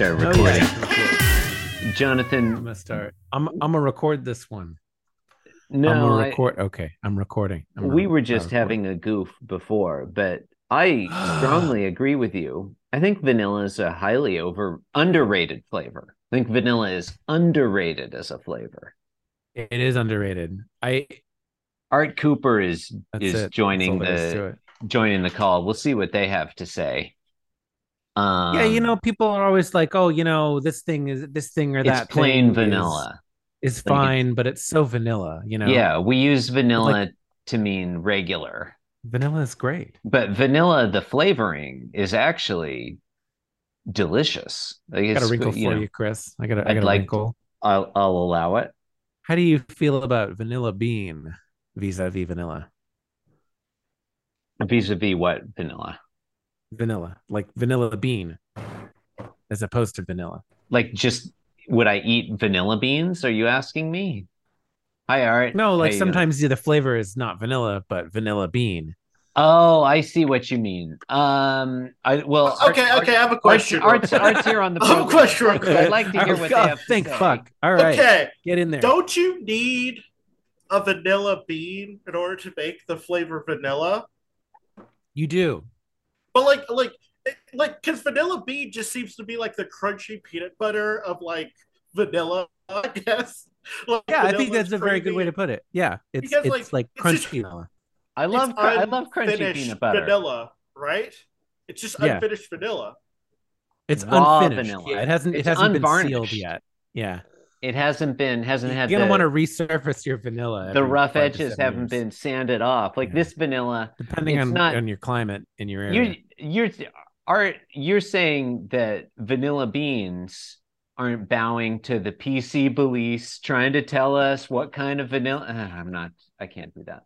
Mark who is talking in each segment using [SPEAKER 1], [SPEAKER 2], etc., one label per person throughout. [SPEAKER 1] Oh,
[SPEAKER 2] Yeah, recording.
[SPEAKER 3] Jonathan,
[SPEAKER 1] I'm gonna start. I'm I'm gonna record this one. I'm
[SPEAKER 3] no,
[SPEAKER 1] gonna
[SPEAKER 3] I-
[SPEAKER 1] record. okay, I'm recording. I'm
[SPEAKER 3] we
[SPEAKER 1] gonna-
[SPEAKER 3] were just
[SPEAKER 1] I'll record.
[SPEAKER 3] having a goof before, but I strongly agree with you. I think vanilla is a highly over underrated flavor. I think vanilla is underrated as a flavor.
[SPEAKER 1] It is underrated. I.
[SPEAKER 3] Art Cooper is
[SPEAKER 1] That's
[SPEAKER 3] is
[SPEAKER 1] it. That's
[SPEAKER 3] joining
[SPEAKER 1] all there is
[SPEAKER 3] the
[SPEAKER 1] to it.
[SPEAKER 3] joining the call. We'll see what they have to say. Um,
[SPEAKER 1] yeah, you know, people are always like, "Oh, you know, this thing is this thing or
[SPEAKER 3] it's
[SPEAKER 1] that."
[SPEAKER 3] plain
[SPEAKER 1] thing is-
[SPEAKER 3] vanilla.
[SPEAKER 1] Is,
[SPEAKER 3] Like it's-
[SPEAKER 1] fine, but it's so vanilla. You know.
[SPEAKER 3] Yeah, we use vanilla to mean regular.
[SPEAKER 1] Vanilla is great.
[SPEAKER 3] but vanilla the flavoring is actually delicious like
[SPEAKER 1] I
[SPEAKER 3] it's,
[SPEAKER 1] got a wrinkle for
[SPEAKER 3] you
[SPEAKER 1] you,
[SPEAKER 3] know,
[SPEAKER 1] Chris. I got a, I
[SPEAKER 3] I'd
[SPEAKER 1] got a
[SPEAKER 3] like-
[SPEAKER 1] wrinkle.
[SPEAKER 3] I'll, I'll allow it
[SPEAKER 1] How do you feel about vanilla bean vis-a-vis vanilla?
[SPEAKER 3] vis-a-vis what vanilla
[SPEAKER 1] Vanilla, like vanilla bean, as opposed to vanilla.
[SPEAKER 3] like just would i eat vanilla beans are you asking me hi art
[SPEAKER 1] No, like
[SPEAKER 3] How you doing?
[SPEAKER 1] sometimes the flavor is not vanilla, but vanilla bean.
[SPEAKER 3] oh i see what you mean um i well Art-
[SPEAKER 2] Uh, Okay,
[SPEAKER 3] Art-
[SPEAKER 2] okay, I have a
[SPEAKER 3] Art's-
[SPEAKER 2] question.
[SPEAKER 3] art's, art's here on the
[SPEAKER 2] I have a
[SPEAKER 3] program.
[SPEAKER 2] question real quick.
[SPEAKER 3] i'd like to hear what they have to
[SPEAKER 1] Oh, Thank
[SPEAKER 3] say.
[SPEAKER 1] fuck. All right,
[SPEAKER 2] Okay,
[SPEAKER 1] get in there.
[SPEAKER 2] don't you need a vanilla bean in order to make the flavor vanilla?
[SPEAKER 1] You do.
[SPEAKER 2] But like, like, it- like, because vanilla bean just seems to be like the crunchy peanut butter of like vanilla, I guess. Like,
[SPEAKER 1] Yeah, I think
[SPEAKER 2] vanilla's
[SPEAKER 1] that's a very good way to
[SPEAKER 2] creamy.
[SPEAKER 1] put it. Yeah, it's
[SPEAKER 2] Because,
[SPEAKER 1] it's like,
[SPEAKER 2] it's
[SPEAKER 1] crunchy
[SPEAKER 2] just-
[SPEAKER 1] vanilla.
[SPEAKER 3] i love
[SPEAKER 2] It's
[SPEAKER 3] cr- i love crunchy
[SPEAKER 2] unfinished
[SPEAKER 3] peanut butter
[SPEAKER 2] vanilla, right? It's just
[SPEAKER 1] Yeah.
[SPEAKER 2] unfinished vanilla.
[SPEAKER 1] It's
[SPEAKER 3] raw
[SPEAKER 1] unfinished.
[SPEAKER 3] vanilla.
[SPEAKER 1] Yeah, it hasn't
[SPEAKER 3] It's
[SPEAKER 1] it hasn't been sealed
[SPEAKER 3] unvarnished.
[SPEAKER 1] yet. Yeah,
[SPEAKER 3] it hasn't been hasn't
[SPEAKER 1] you're
[SPEAKER 3] had
[SPEAKER 1] gonna
[SPEAKER 3] the-
[SPEAKER 1] want to resurface your vanilla.
[SPEAKER 3] the
[SPEAKER 1] every
[SPEAKER 3] rough
[SPEAKER 1] five to
[SPEAKER 3] edges
[SPEAKER 1] seven
[SPEAKER 3] haven't
[SPEAKER 1] years,
[SPEAKER 3] been sanded off like
[SPEAKER 1] Yeah.
[SPEAKER 3] this vanilla
[SPEAKER 1] depending
[SPEAKER 3] it's
[SPEAKER 1] on
[SPEAKER 3] not-
[SPEAKER 1] on your climate in your area.
[SPEAKER 3] you you're are you're saying that vanilla beans aren't bowing to the pc beliefs trying to tell us what kind of vanilla Ah, i'm not i can't do that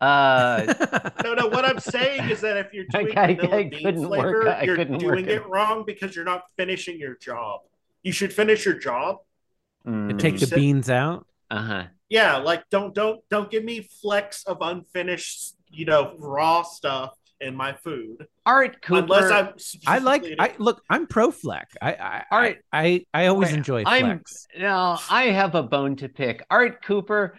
[SPEAKER 3] uh
[SPEAKER 2] No, no. What I'm saying is that if you're
[SPEAKER 3] I-
[SPEAKER 2] doing
[SPEAKER 3] I- I
[SPEAKER 2] vanilla bean
[SPEAKER 3] couldn't work-
[SPEAKER 2] flavor,
[SPEAKER 3] I
[SPEAKER 2] you're
[SPEAKER 3] couldn't work
[SPEAKER 2] doing
[SPEAKER 3] it.
[SPEAKER 2] it wrong because you're not finishing your job. You should finish your job.
[SPEAKER 3] mm,
[SPEAKER 1] take the
[SPEAKER 2] said-
[SPEAKER 1] beans out.
[SPEAKER 3] uh-huh
[SPEAKER 2] Yeah, like don't don't don't give me flecks of unfinished, you know, raw stuff in my food
[SPEAKER 3] art cooper
[SPEAKER 2] unless I'm.
[SPEAKER 1] I like.
[SPEAKER 2] specifically-
[SPEAKER 1] I look. I'm pro fleck. I I
[SPEAKER 3] All right.
[SPEAKER 1] I I, I always
[SPEAKER 3] Wait,
[SPEAKER 1] enjoy
[SPEAKER 3] I'm-
[SPEAKER 1] flex.
[SPEAKER 3] now i have a bone to pick art cooper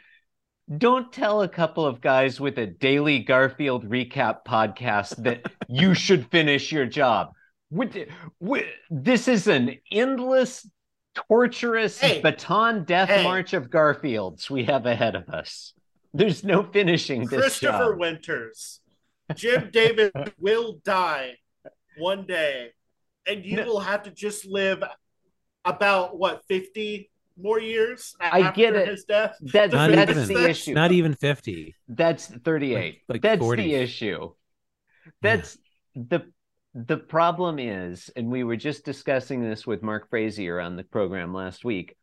[SPEAKER 3] don't tell a couple of guys with a daily Garfield recap podcast that you should finish your job. What- what- This is an endless, torturous
[SPEAKER 2] Hey.
[SPEAKER 3] baton death
[SPEAKER 2] Hey.
[SPEAKER 3] march of Garfields we have ahead of us. There's no finishing this
[SPEAKER 2] Christopher
[SPEAKER 3] job.
[SPEAKER 2] Winters, Jim David will die one day, and you
[SPEAKER 3] No.
[SPEAKER 2] will have to just live about what fifty more years
[SPEAKER 3] I
[SPEAKER 2] after
[SPEAKER 3] get it.
[SPEAKER 2] his death.
[SPEAKER 3] That's,
[SPEAKER 1] Not
[SPEAKER 3] that's
[SPEAKER 1] even.
[SPEAKER 3] the issue.
[SPEAKER 1] Not e- even fifty.
[SPEAKER 3] That's 38.
[SPEAKER 1] Like- like
[SPEAKER 3] That's
[SPEAKER 1] 40.
[SPEAKER 3] the issue. That's the the problem is, and we were just discussing this with Mark Frazier on the program last week.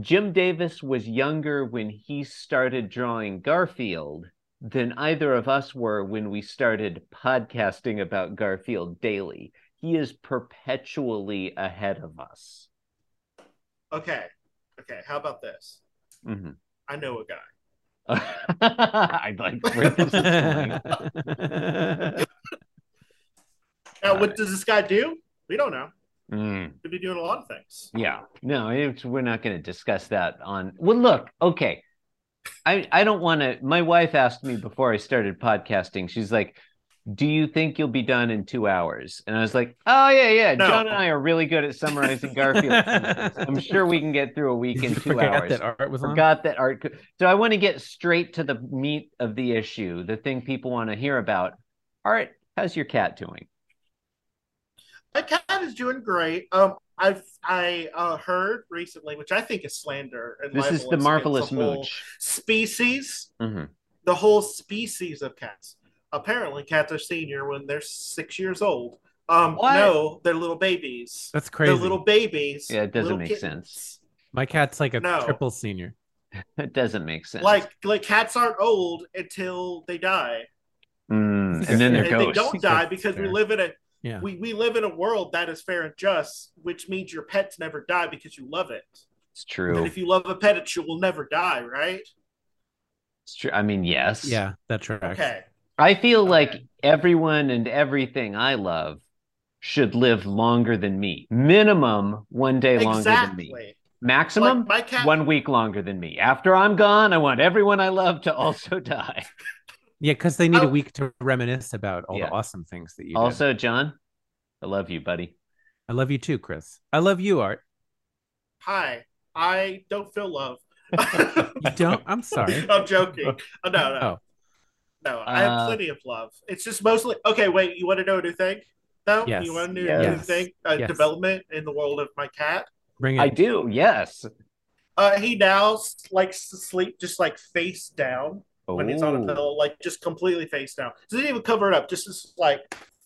[SPEAKER 3] Jim Davis was younger when he started drawing Garfield than either of us were when we started podcasting about Garfield daily. He is perpetually ahead of us.
[SPEAKER 2] Okay, okay. How about this?
[SPEAKER 3] Mhm.
[SPEAKER 2] I know a guy.
[SPEAKER 3] I'd like for this is going.
[SPEAKER 2] Now, what does this guy do? We don't know.
[SPEAKER 3] Mm.
[SPEAKER 2] Could be doing a lot of things.
[SPEAKER 3] Yeah. No, it's, we're not going to discuss that on. Well, look, okay. I, I don't want to. My wife asked me before I started podcasting, she's like, Do you think you'll be done in two hours? And I was like, Oh, yeah, yeah.
[SPEAKER 2] No.
[SPEAKER 3] John and I are really good at summarizing Garfield. summaries. I'm sure we can get through a week
[SPEAKER 1] Did
[SPEAKER 3] in
[SPEAKER 1] you
[SPEAKER 3] two
[SPEAKER 1] forget
[SPEAKER 3] hours.
[SPEAKER 1] that art was on?
[SPEAKER 3] Forgot that art. co- So I want to get straight to the meat of the issue, the thing people want to hear about. Art, how's your cat doing?
[SPEAKER 2] My cat is doing great. Um, I've I uh, heard recently, which I think is slander. And
[SPEAKER 3] This
[SPEAKER 2] libel
[SPEAKER 3] is the
[SPEAKER 2] against
[SPEAKER 3] marvelous
[SPEAKER 2] whole
[SPEAKER 3] mooch.
[SPEAKER 2] Species,
[SPEAKER 3] hmm
[SPEAKER 2] the whole species of cats. Apparently, cats are senior when they're six years old. Um,
[SPEAKER 3] What?
[SPEAKER 2] no, they're little babies.
[SPEAKER 1] That's
[SPEAKER 2] They're
[SPEAKER 1] crazy.
[SPEAKER 2] little babies.
[SPEAKER 3] Yeah, it doesn't
[SPEAKER 2] little
[SPEAKER 3] make
[SPEAKER 2] kittens.
[SPEAKER 3] sense.
[SPEAKER 1] My cat's like a
[SPEAKER 2] No.
[SPEAKER 1] triple senior.
[SPEAKER 3] That doesn't make sense.
[SPEAKER 2] Like like cats aren't old until they die.
[SPEAKER 3] Mm,
[SPEAKER 1] That's
[SPEAKER 3] and then
[SPEAKER 1] fair.
[SPEAKER 3] they're
[SPEAKER 2] and they
[SPEAKER 3] ghosts.
[SPEAKER 2] don't die because we
[SPEAKER 1] fair.
[SPEAKER 2] live in a
[SPEAKER 1] Yeah.
[SPEAKER 2] we, we live in a world that is fair and just, which means your pets never die because you love it.
[SPEAKER 3] It's
[SPEAKER 2] And
[SPEAKER 3] true.
[SPEAKER 2] if you love a pet, it will never die, right?
[SPEAKER 3] It's true. I mean, yes.
[SPEAKER 1] Yeah, that tracks.
[SPEAKER 2] Okay.
[SPEAKER 3] I feel like
[SPEAKER 2] Okay.
[SPEAKER 3] everyone and everything I love should live longer than me. Minimum one day longer than me.
[SPEAKER 2] Exactly.
[SPEAKER 3] Maximum
[SPEAKER 2] Like my cat.
[SPEAKER 3] one week longer than me. After I'm gone, I want everyone I love to also die.
[SPEAKER 1] Yeah, because they need a
[SPEAKER 2] Oh.
[SPEAKER 1] week to reminisce about all
[SPEAKER 3] Yeah.
[SPEAKER 1] the awesome things that you did.
[SPEAKER 3] also, John, I love you, buddy.
[SPEAKER 1] I love you too, Chris. I love you, Art.
[SPEAKER 2] Hi, I don't feel love.
[SPEAKER 1] You don't? I'm sorry.
[SPEAKER 2] I'm joking. Oh, no, no,
[SPEAKER 1] Oh,
[SPEAKER 2] no. I have
[SPEAKER 3] Uh,
[SPEAKER 2] plenty of love. It's just mostly okay. Wait, you want to know a new thing? No,
[SPEAKER 1] Yes.
[SPEAKER 2] you want to know a new
[SPEAKER 1] Yes.
[SPEAKER 2] thing? A
[SPEAKER 1] Yes.
[SPEAKER 2] development in the world of my cat.
[SPEAKER 1] bring it.
[SPEAKER 3] I do. Yes.
[SPEAKER 2] Uh, he now likes to sleep just like face down when he's on a
[SPEAKER 3] Ooh.
[SPEAKER 2] pillow, like just completely face down. Doesn't even cover it up. Just is like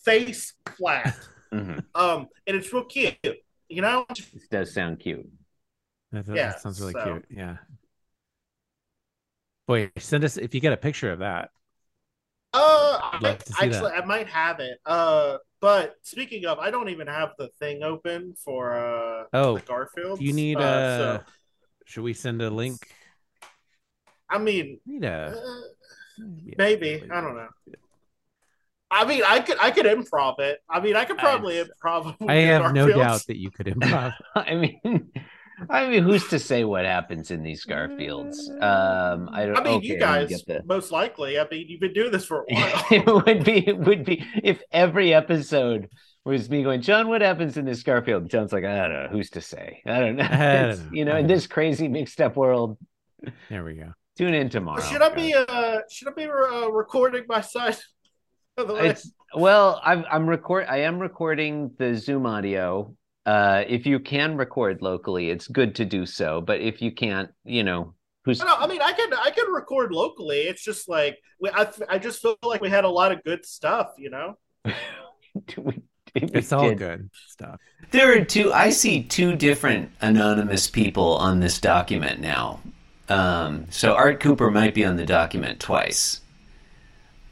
[SPEAKER 2] face flat.
[SPEAKER 3] Mhm.
[SPEAKER 2] um, and it's real cute. You know,
[SPEAKER 3] This does sound cute.
[SPEAKER 1] That, that
[SPEAKER 2] Yeah,
[SPEAKER 1] sounds really
[SPEAKER 2] so-
[SPEAKER 1] cute. Yeah. Boy, send us if you get a picture of that.
[SPEAKER 2] Uh,
[SPEAKER 1] I'd
[SPEAKER 2] I,
[SPEAKER 1] like to see
[SPEAKER 2] actually, I might have it. Uh, but speaking of, I don't even have the thing open for uh
[SPEAKER 1] Oh,
[SPEAKER 2] the Garfield.
[SPEAKER 1] do you need
[SPEAKER 2] uh,
[SPEAKER 1] uh
[SPEAKER 2] so,
[SPEAKER 1] should we send a link?
[SPEAKER 2] I mean,
[SPEAKER 1] Need a
[SPEAKER 2] uh,
[SPEAKER 1] yeah,
[SPEAKER 2] maybe I don't know. I mean, I could I could improv it. I mean, I could probably
[SPEAKER 3] Nice.
[SPEAKER 2] improv.
[SPEAKER 1] I have no
[SPEAKER 2] Garfield.
[SPEAKER 1] doubt that you could improv.
[SPEAKER 3] I mean, I mean, who's to say what happens in these Garfields? Um, I don't.
[SPEAKER 2] Mm, I mean, you
[SPEAKER 3] okay, I
[SPEAKER 2] guys
[SPEAKER 3] get the-
[SPEAKER 2] most likely. I mean, you've been doing this for a while.
[SPEAKER 3] it would be it would be if every episode was me going, John, what happens in this Garfield? John's like, I don't know, who's to say? I don't know.
[SPEAKER 1] I
[SPEAKER 3] It's-
[SPEAKER 1] don't know.
[SPEAKER 3] You know,
[SPEAKER 1] I
[SPEAKER 3] in
[SPEAKER 1] don't
[SPEAKER 3] this crazy mixed up world.
[SPEAKER 1] there we go.
[SPEAKER 3] Tune in tomorrow.
[SPEAKER 2] should I be uh should I be uh, recording my side? By the way,
[SPEAKER 3] It's well, I'm I'm record I am recording the Zoom audio. Uh if you can record locally, it's good to do so. But if you can't, you know, who's
[SPEAKER 2] No, I mean, I can I can record locally. It's just like we, I, I just feel like we had a lot of good stuff, you know.
[SPEAKER 3] we- we
[SPEAKER 1] It's all
[SPEAKER 3] did.
[SPEAKER 1] good stuff.
[SPEAKER 3] There are two. I see two different anonymous people on this document now. Um, so Art Cooper might be on the document twice.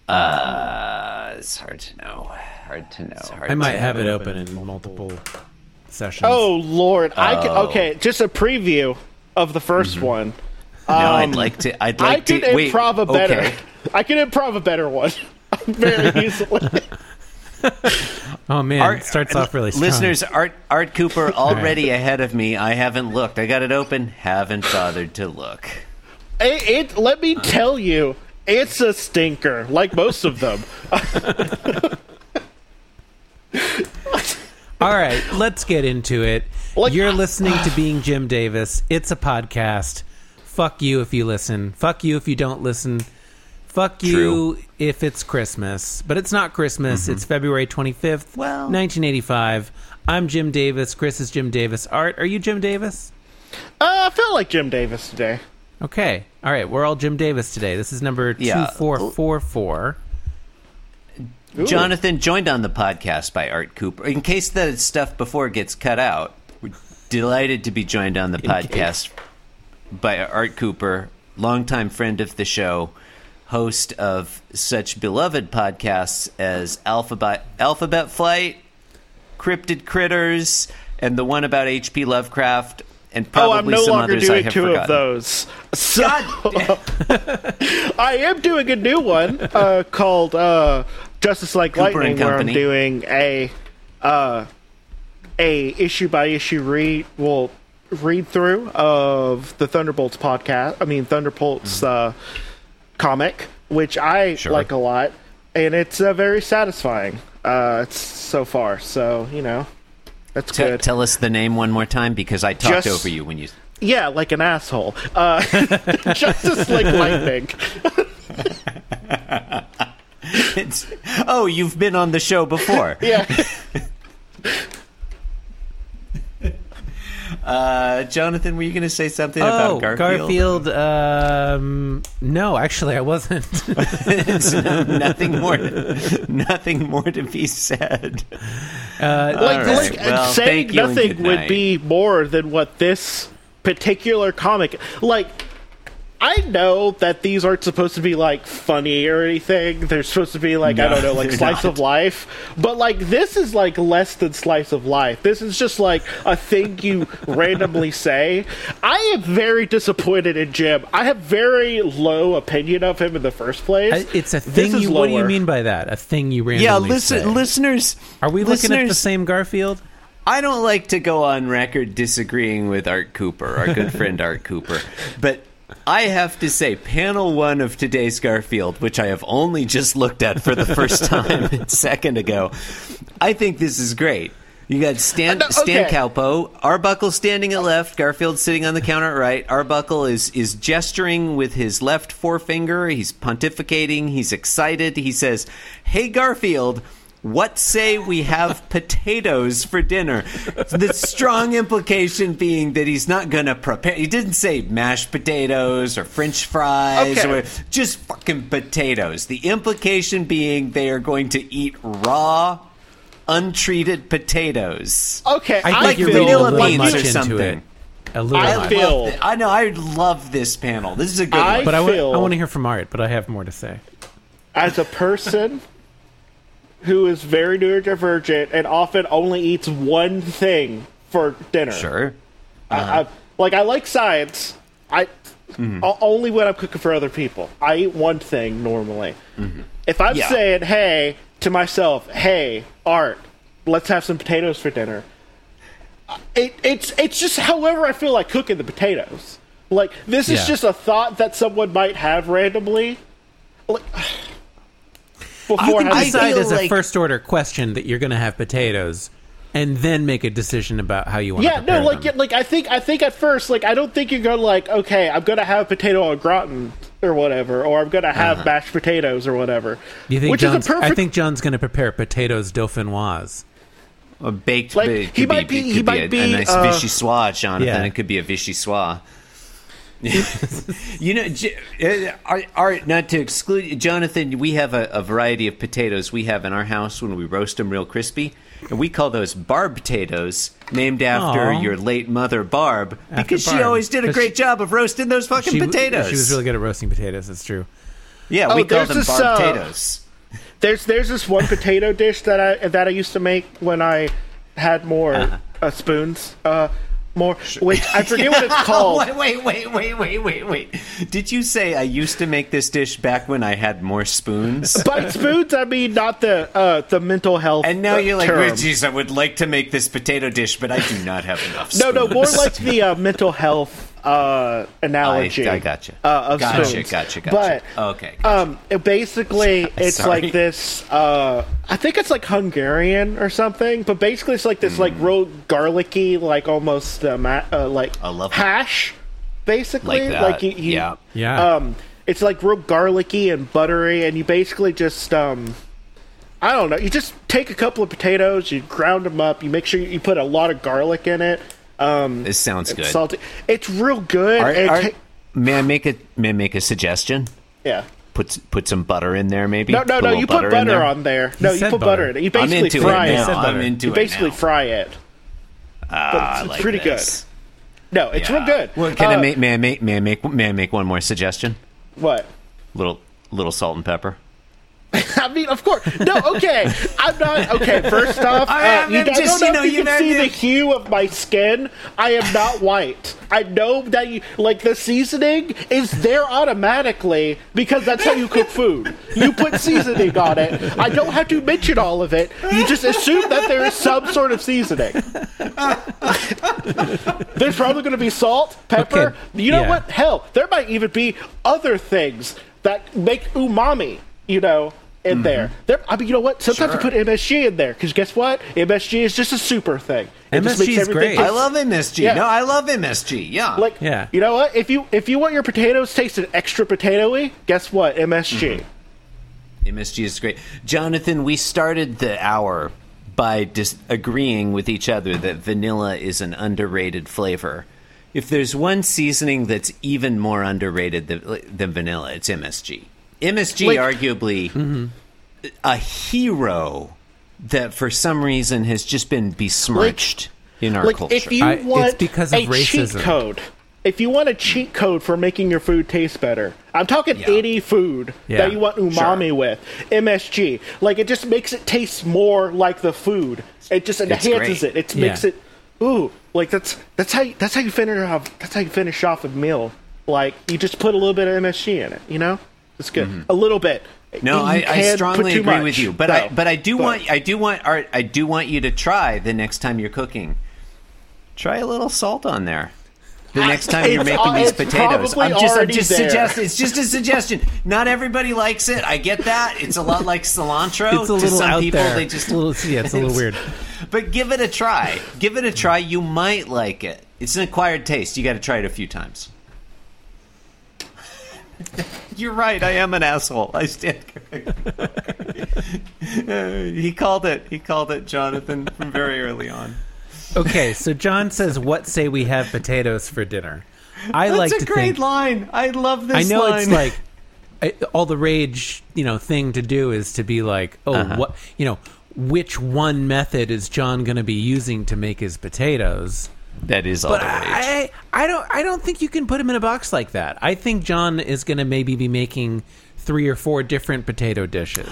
[SPEAKER 3] Uh, it's hard to know. Hard to know.
[SPEAKER 1] I might have it open in multiple sessions.
[SPEAKER 3] Oh,
[SPEAKER 2] Oh, Lord!
[SPEAKER 3] I can- Oh. okay,
[SPEAKER 2] just a preview of the 1st one.
[SPEAKER 3] No,
[SPEAKER 2] Um,
[SPEAKER 3] I'd like to. I'd like to. wait, okay.
[SPEAKER 2] I can improv a better one very easily.
[SPEAKER 1] Oh man,
[SPEAKER 3] Art
[SPEAKER 1] it starts off really strong.
[SPEAKER 3] Listeners, Art Art Cooper already ahead of me. I haven't looked. I got it open. Haven't bothered to look.
[SPEAKER 2] it, it- let me tell you, it's a stinker, like most of them.
[SPEAKER 1] All right, let's get into it.
[SPEAKER 2] Like-
[SPEAKER 1] You're listening to Being Jim Davis. It's a podcast. Fuck you if you listen. Fuck you if you don't listen. Fuck you
[SPEAKER 3] True. Mm-hmm.
[SPEAKER 1] if it's Christmas. But it's not Christmas. It's February 25th,
[SPEAKER 3] Well-
[SPEAKER 1] 1985. I'm Jim Davis. Chris is Jim Davis. Art, are you Jim Davis?
[SPEAKER 2] Uh, I felt like Jim Davis today.
[SPEAKER 1] Okay. All right, we're all Jim Davis today. This is number
[SPEAKER 3] Yeah.
[SPEAKER 1] 2444.
[SPEAKER 2] Ooh.
[SPEAKER 3] Jonathan joined on the podcast by Art Cooper. In case that stuff before gets cut out, we're delighted to be joined on the podcast by Art Cooper, longtime friend of the show, host of such beloved podcasts as Alphabet Alphabet Flight, Cryptid Critters, and the one about H.P. Lovecraft, and
[SPEAKER 2] Oh,
[SPEAKER 3] probably
[SPEAKER 2] I'm no
[SPEAKER 3] some
[SPEAKER 2] longer
[SPEAKER 3] others I
[SPEAKER 2] doing
[SPEAKER 3] have
[SPEAKER 2] two
[SPEAKER 3] forgotten.
[SPEAKER 2] of those. So, I am doing a new one uh, called uh, Justice Like
[SPEAKER 3] Cooper and
[SPEAKER 2] Lightning, where I'm
[SPEAKER 3] Company.
[SPEAKER 2] doing a uh, a issue by issue read well read through of the Thunderbolts podcast. I mean Thunderbolts
[SPEAKER 3] Mm-hmm.
[SPEAKER 2] uh, comic, which I like a lot, and it's uh, very satisfying. Uh, it's so far, so you know, that's
[SPEAKER 3] Te-
[SPEAKER 2] good.
[SPEAKER 3] tell us the name one more time because I talked
[SPEAKER 2] Just-
[SPEAKER 3] over you when you.
[SPEAKER 2] Yeah, like an asshole. Uh, justice like lightning.
[SPEAKER 3] It's, oh, you've been on the show before.
[SPEAKER 2] Yeah.
[SPEAKER 3] Uh, Jonathan, were you going to say something
[SPEAKER 1] Oh,
[SPEAKER 3] about Garfield?
[SPEAKER 1] Garfield. Um, no, actually, I wasn't.
[SPEAKER 3] It's no- nothing more. Nothing more to be said.
[SPEAKER 1] Uh,
[SPEAKER 2] Like,
[SPEAKER 3] All
[SPEAKER 2] like
[SPEAKER 3] right, well,
[SPEAKER 2] saying
[SPEAKER 3] thank you and
[SPEAKER 2] nothing
[SPEAKER 3] good
[SPEAKER 2] would
[SPEAKER 3] night.
[SPEAKER 2] be more than what this particular comic. Like, I know that these aren't supposed to be like funny or anything. They're supposed to be like I
[SPEAKER 3] No,
[SPEAKER 2] don't know, like
[SPEAKER 3] they're
[SPEAKER 2] slice
[SPEAKER 3] not.
[SPEAKER 2] of life. But like this is like less than slice of life. This is just like a thing you randomly say. I am very disappointed in Jim. I have very low opinion of him in the first place.
[SPEAKER 1] I- It's a
[SPEAKER 2] This
[SPEAKER 1] thing.
[SPEAKER 2] is
[SPEAKER 1] You, what do you
[SPEAKER 2] lower.
[SPEAKER 1] mean by that? A thing you randomly
[SPEAKER 3] Yeah, listen,
[SPEAKER 1] say.
[SPEAKER 3] listeners.
[SPEAKER 1] Are we looking at the
[SPEAKER 3] listeners,
[SPEAKER 1] same Garfield?
[SPEAKER 3] I don't like to go on record disagreeing with Art Cooper, our good friend Art Cooper, but I have to say, panel one of today's Garfield, which I have only just looked at for the first time a second ago, I think this is great. You got Stan,
[SPEAKER 2] Uh, no,
[SPEAKER 3] Stan
[SPEAKER 2] okay.
[SPEAKER 3] Calpo, Arbuckle standing at left, Garfield sitting on the counter at right. Arbuckle is is gesturing with his left forefinger. He's pontificating. He's excited. He says, "Hey Garfield, what say we have potatoes for dinner?" The strong implication being that he's not going to prepare. He didn't say mashed potatoes or French fries
[SPEAKER 2] Okay.
[SPEAKER 3] or just fucking potatoes. The implication being they are going to eat raw, untreated potatoes.
[SPEAKER 2] Okay,
[SPEAKER 1] I
[SPEAKER 2] I,
[SPEAKER 1] think you're
[SPEAKER 2] feel
[SPEAKER 1] reading a little
[SPEAKER 2] like
[SPEAKER 3] beans
[SPEAKER 1] much
[SPEAKER 3] or
[SPEAKER 1] into it.
[SPEAKER 3] something.
[SPEAKER 1] A little
[SPEAKER 2] I
[SPEAKER 1] much.
[SPEAKER 2] feel-
[SPEAKER 3] love thi- I know. I love this panel. This is a good
[SPEAKER 2] I-
[SPEAKER 3] one.
[SPEAKER 1] but I, wa-
[SPEAKER 2] feel-
[SPEAKER 1] I want to hear from Art, but I have more to say.
[SPEAKER 2] as a person who is very neurodivergent and often only eats one thing for dinner.
[SPEAKER 3] Sure.
[SPEAKER 2] I, I, like I like science. I o- only when I'm cooking for other people. I eat one thing normally. If I'm
[SPEAKER 3] Yeah.
[SPEAKER 2] saying hey to myself, hey Art, let's have some potatoes for dinner. It, it's it's just however I feel like cooking the potatoes. Like this is
[SPEAKER 1] Yeah.
[SPEAKER 2] just a thought that someone might have randomly. Like, before
[SPEAKER 1] you can
[SPEAKER 2] having
[SPEAKER 1] decide
[SPEAKER 3] feel
[SPEAKER 1] as a
[SPEAKER 3] like-
[SPEAKER 1] first order question that you're going to have potatoes, and then make a decision about how you want. to
[SPEAKER 2] Yeah, no,
[SPEAKER 1] prepare
[SPEAKER 2] like
[SPEAKER 1] them.
[SPEAKER 2] yeah, like I think I think at first like I don't think you're gonna like okay I'm gonna have potato au gratin or whatever or I'm gonna
[SPEAKER 3] Uh-huh.
[SPEAKER 2] have mashed potatoes or whatever.
[SPEAKER 1] you think
[SPEAKER 2] which
[SPEAKER 1] John's,
[SPEAKER 2] is a perfect
[SPEAKER 1] I think John's going to prepare potatoes dauphinoise.
[SPEAKER 3] A baked.
[SPEAKER 2] Like,
[SPEAKER 3] it
[SPEAKER 2] he
[SPEAKER 3] could
[SPEAKER 2] might be-
[SPEAKER 3] It
[SPEAKER 2] he
[SPEAKER 3] could
[SPEAKER 2] might
[SPEAKER 3] a,
[SPEAKER 2] be,
[SPEAKER 3] a nice
[SPEAKER 2] uh,
[SPEAKER 3] vichyssoise, Jonathan.
[SPEAKER 1] Yeah.
[SPEAKER 3] It could be a vichyssoise. you know, J- uh, Art, Art, not to exclude you, Jonathan, we have a, a variety of potatoes we have in our house when we roast them real crispy, and we call those Barb potatoes, named after
[SPEAKER 1] Aw.
[SPEAKER 3] your late mother Barb,
[SPEAKER 1] After
[SPEAKER 3] because she
[SPEAKER 1] Barb.
[SPEAKER 3] always did a
[SPEAKER 1] 'Cause
[SPEAKER 3] great
[SPEAKER 1] she-
[SPEAKER 3] job of roasting those fucking
[SPEAKER 1] She, w-
[SPEAKER 3] potatoes.
[SPEAKER 1] she was really good at roasting potatoes. That's true.
[SPEAKER 3] yeah,
[SPEAKER 2] Oh,
[SPEAKER 3] we call
[SPEAKER 2] there's
[SPEAKER 3] them
[SPEAKER 2] this,
[SPEAKER 3] Barb
[SPEAKER 2] uh,
[SPEAKER 3] potatoes.
[SPEAKER 2] there's there's this one potato dish that I that I used to make when I had more
[SPEAKER 3] Uh-huh.
[SPEAKER 2] uh spoons uh more which I forget what
[SPEAKER 3] Oh
[SPEAKER 2] it's called.
[SPEAKER 3] Wait, wait, wait, wait, wait, wait, wait. Did you say I used to make this dish back when I had more spoons?
[SPEAKER 2] By spoons I mean not the uh the mental health
[SPEAKER 3] And now
[SPEAKER 2] uh,
[SPEAKER 3] you're like,
[SPEAKER 2] term.
[SPEAKER 3] "Well, geez, I would like to make this potato dish, but I do not have enough
[SPEAKER 2] No,
[SPEAKER 3] spoons.
[SPEAKER 2] no, more like the uh, mental health uh, analogy.
[SPEAKER 3] I gotcha.
[SPEAKER 2] Uh, of
[SPEAKER 3] Gotcha,
[SPEAKER 2] spoons.
[SPEAKER 3] gotcha, Oh, gotcha.
[SPEAKER 2] But
[SPEAKER 3] Okay,
[SPEAKER 2] um, it basically, it's
[SPEAKER 3] Sorry.
[SPEAKER 2] like this. Uh, I think it's like Hungarian or something. But basically, it's like this, like
[SPEAKER 3] Hmm.
[SPEAKER 2] real garlicky, like almost uh, ma- uh, like
[SPEAKER 3] I love it.
[SPEAKER 2] hash. Basically,
[SPEAKER 3] Like that,
[SPEAKER 2] you, you-
[SPEAKER 3] yeah.
[SPEAKER 1] Yeah.
[SPEAKER 2] Um, it's like real garlicky and buttery, and you basically just um. I don't know. You just take a couple of potatoes, you ground them up, you make sure you put a lot of garlic in it. Um,
[SPEAKER 3] This sounds good.
[SPEAKER 2] salty. It's real good.
[SPEAKER 3] Art-
[SPEAKER 2] and
[SPEAKER 3] Art,
[SPEAKER 2] ta-
[SPEAKER 3] may I make a may I make a suggestion?
[SPEAKER 2] yeah.
[SPEAKER 3] Put s- put some butter in there, maybe.
[SPEAKER 2] No, no,
[SPEAKER 3] a
[SPEAKER 2] no.
[SPEAKER 3] little
[SPEAKER 2] You put butter,
[SPEAKER 3] in there.
[SPEAKER 2] on there. No, you
[SPEAKER 1] said
[SPEAKER 2] put
[SPEAKER 1] butter.
[SPEAKER 2] butter in it. You
[SPEAKER 3] I'm into
[SPEAKER 2] basically fry
[SPEAKER 3] it
[SPEAKER 2] it.
[SPEAKER 3] now.
[SPEAKER 1] said
[SPEAKER 3] I'm
[SPEAKER 1] butter.
[SPEAKER 3] into
[SPEAKER 2] You
[SPEAKER 3] it
[SPEAKER 2] basically
[SPEAKER 3] now.
[SPEAKER 2] fry it.
[SPEAKER 3] Ah, I
[SPEAKER 2] it's
[SPEAKER 3] like
[SPEAKER 2] pretty
[SPEAKER 3] this.
[SPEAKER 2] good. No, it's real
[SPEAKER 3] Yeah.
[SPEAKER 2] good.
[SPEAKER 3] Well, can I
[SPEAKER 2] Uh,
[SPEAKER 3] make, may I make may I make may I make one more suggestion?
[SPEAKER 2] what?
[SPEAKER 3] Little little salt and pepper.
[SPEAKER 2] I mean, of course. No, okay. I'm not okay. First off,
[SPEAKER 3] I
[SPEAKER 2] uh,
[SPEAKER 3] am-
[SPEAKER 2] you,
[SPEAKER 3] I'm
[SPEAKER 2] I don't
[SPEAKER 3] just,
[SPEAKER 2] know
[SPEAKER 3] you know,
[SPEAKER 2] if you
[SPEAKER 3] you know,
[SPEAKER 2] can see the
[SPEAKER 3] the-
[SPEAKER 2] hue of my skin. I am not white. I know that you like the seasoning is there automatically because that's how you cook food. You put seasoning on it. I don't have to mention all of it. You just assume that there is some sort of seasoning. There's probably going to be salt, pepper.
[SPEAKER 1] Okay,
[SPEAKER 2] You know
[SPEAKER 1] yeah.
[SPEAKER 2] what? Hell, there might even be other things that make umami, you know, in there. There, I mean, you know what? Sometimes
[SPEAKER 3] Sure.
[SPEAKER 2] you put MSG in there because guess what? MSG is just a super thing. It just
[SPEAKER 1] MSG
[SPEAKER 2] makes
[SPEAKER 1] is
[SPEAKER 2] everything
[SPEAKER 1] great.
[SPEAKER 2] taste-
[SPEAKER 3] I love MSG.
[SPEAKER 2] Yeah.
[SPEAKER 3] No, I love MSG. Yeah.
[SPEAKER 2] like,
[SPEAKER 1] Yeah.
[SPEAKER 2] you know what? If you if you want your potatoes tasted extra potatoy, guess what? MSG.
[SPEAKER 3] MSG is great. Jonathan, we started the hour by dis- agreeing with each other that vanilla is an underrated flavor. If there's one seasoning that's even more underrated than, than vanilla, it's MSG. MSG,
[SPEAKER 2] Like- Mm-hmm.
[SPEAKER 3] arguably, a hero that for some reason has just been besmirched in our
[SPEAKER 2] Like
[SPEAKER 3] culture.
[SPEAKER 2] if you
[SPEAKER 1] I- it's
[SPEAKER 2] want
[SPEAKER 1] because of
[SPEAKER 2] a cheat
[SPEAKER 1] racism.
[SPEAKER 2] code if you want a cheat code for making your food taste better, I'm talking
[SPEAKER 3] Yeah.
[SPEAKER 2] any food
[SPEAKER 1] Yeah.
[SPEAKER 2] that you want umami with, MSG. Like it just makes it taste more like the food. It just enhances
[SPEAKER 3] great.
[SPEAKER 2] it. It
[SPEAKER 1] Yeah.
[SPEAKER 2] makes it ooh, like that's that's how that's how you finish off that's how you finish off a meal. Like you just put a little bit of MSG in it, you know? It's good.
[SPEAKER 1] Mm-hmm.
[SPEAKER 2] A little bit.
[SPEAKER 3] No,
[SPEAKER 2] You
[SPEAKER 3] I, I
[SPEAKER 2] can't put
[SPEAKER 3] strongly
[SPEAKER 2] too
[SPEAKER 3] agree
[SPEAKER 2] much,
[SPEAKER 3] with you, but I
[SPEAKER 2] though.
[SPEAKER 3] but I do want I do want Art I do want you to try the next time you're cooking. Try a little salt on there. The next time you're
[SPEAKER 2] It's
[SPEAKER 3] making
[SPEAKER 2] al-
[SPEAKER 3] these
[SPEAKER 2] it's
[SPEAKER 3] potatoes,
[SPEAKER 2] probably
[SPEAKER 3] I'm just I'm
[SPEAKER 2] already
[SPEAKER 3] just
[SPEAKER 2] there.
[SPEAKER 3] suggesting. It's just a suggestion. Not everybody likes it. I get that. It's a lot like cilantro.
[SPEAKER 1] It's a
[SPEAKER 3] Oh, to
[SPEAKER 1] little
[SPEAKER 3] some
[SPEAKER 1] out
[SPEAKER 3] people,
[SPEAKER 1] there.
[SPEAKER 3] they just
[SPEAKER 1] It's a little- yeah, it's a little weird.
[SPEAKER 3] But give it a try. Give it a try. You might like it. It's an acquired taste. You got to try it a few times. You're right. I am an asshole. I stand corrected. Uh, he called it. He called it, Jonathan, from very early on.
[SPEAKER 1] Okay, so John says, "What say we have potatoes for dinner?" I
[SPEAKER 3] That's
[SPEAKER 1] like
[SPEAKER 3] a
[SPEAKER 1] to
[SPEAKER 3] great
[SPEAKER 1] think.
[SPEAKER 3] line. I love this.
[SPEAKER 1] I know
[SPEAKER 3] line.
[SPEAKER 1] it's like I, all the rage, you know, thing to do is to be like, "Oh,
[SPEAKER 3] Uh-huh.
[SPEAKER 1] what?" You know, which one method is John going to be using to make his potatoes?
[SPEAKER 3] that is all
[SPEAKER 1] But I, I don't, I don't think you can put him in a box like that. I think John is going to maybe be making three or four different potato dishes.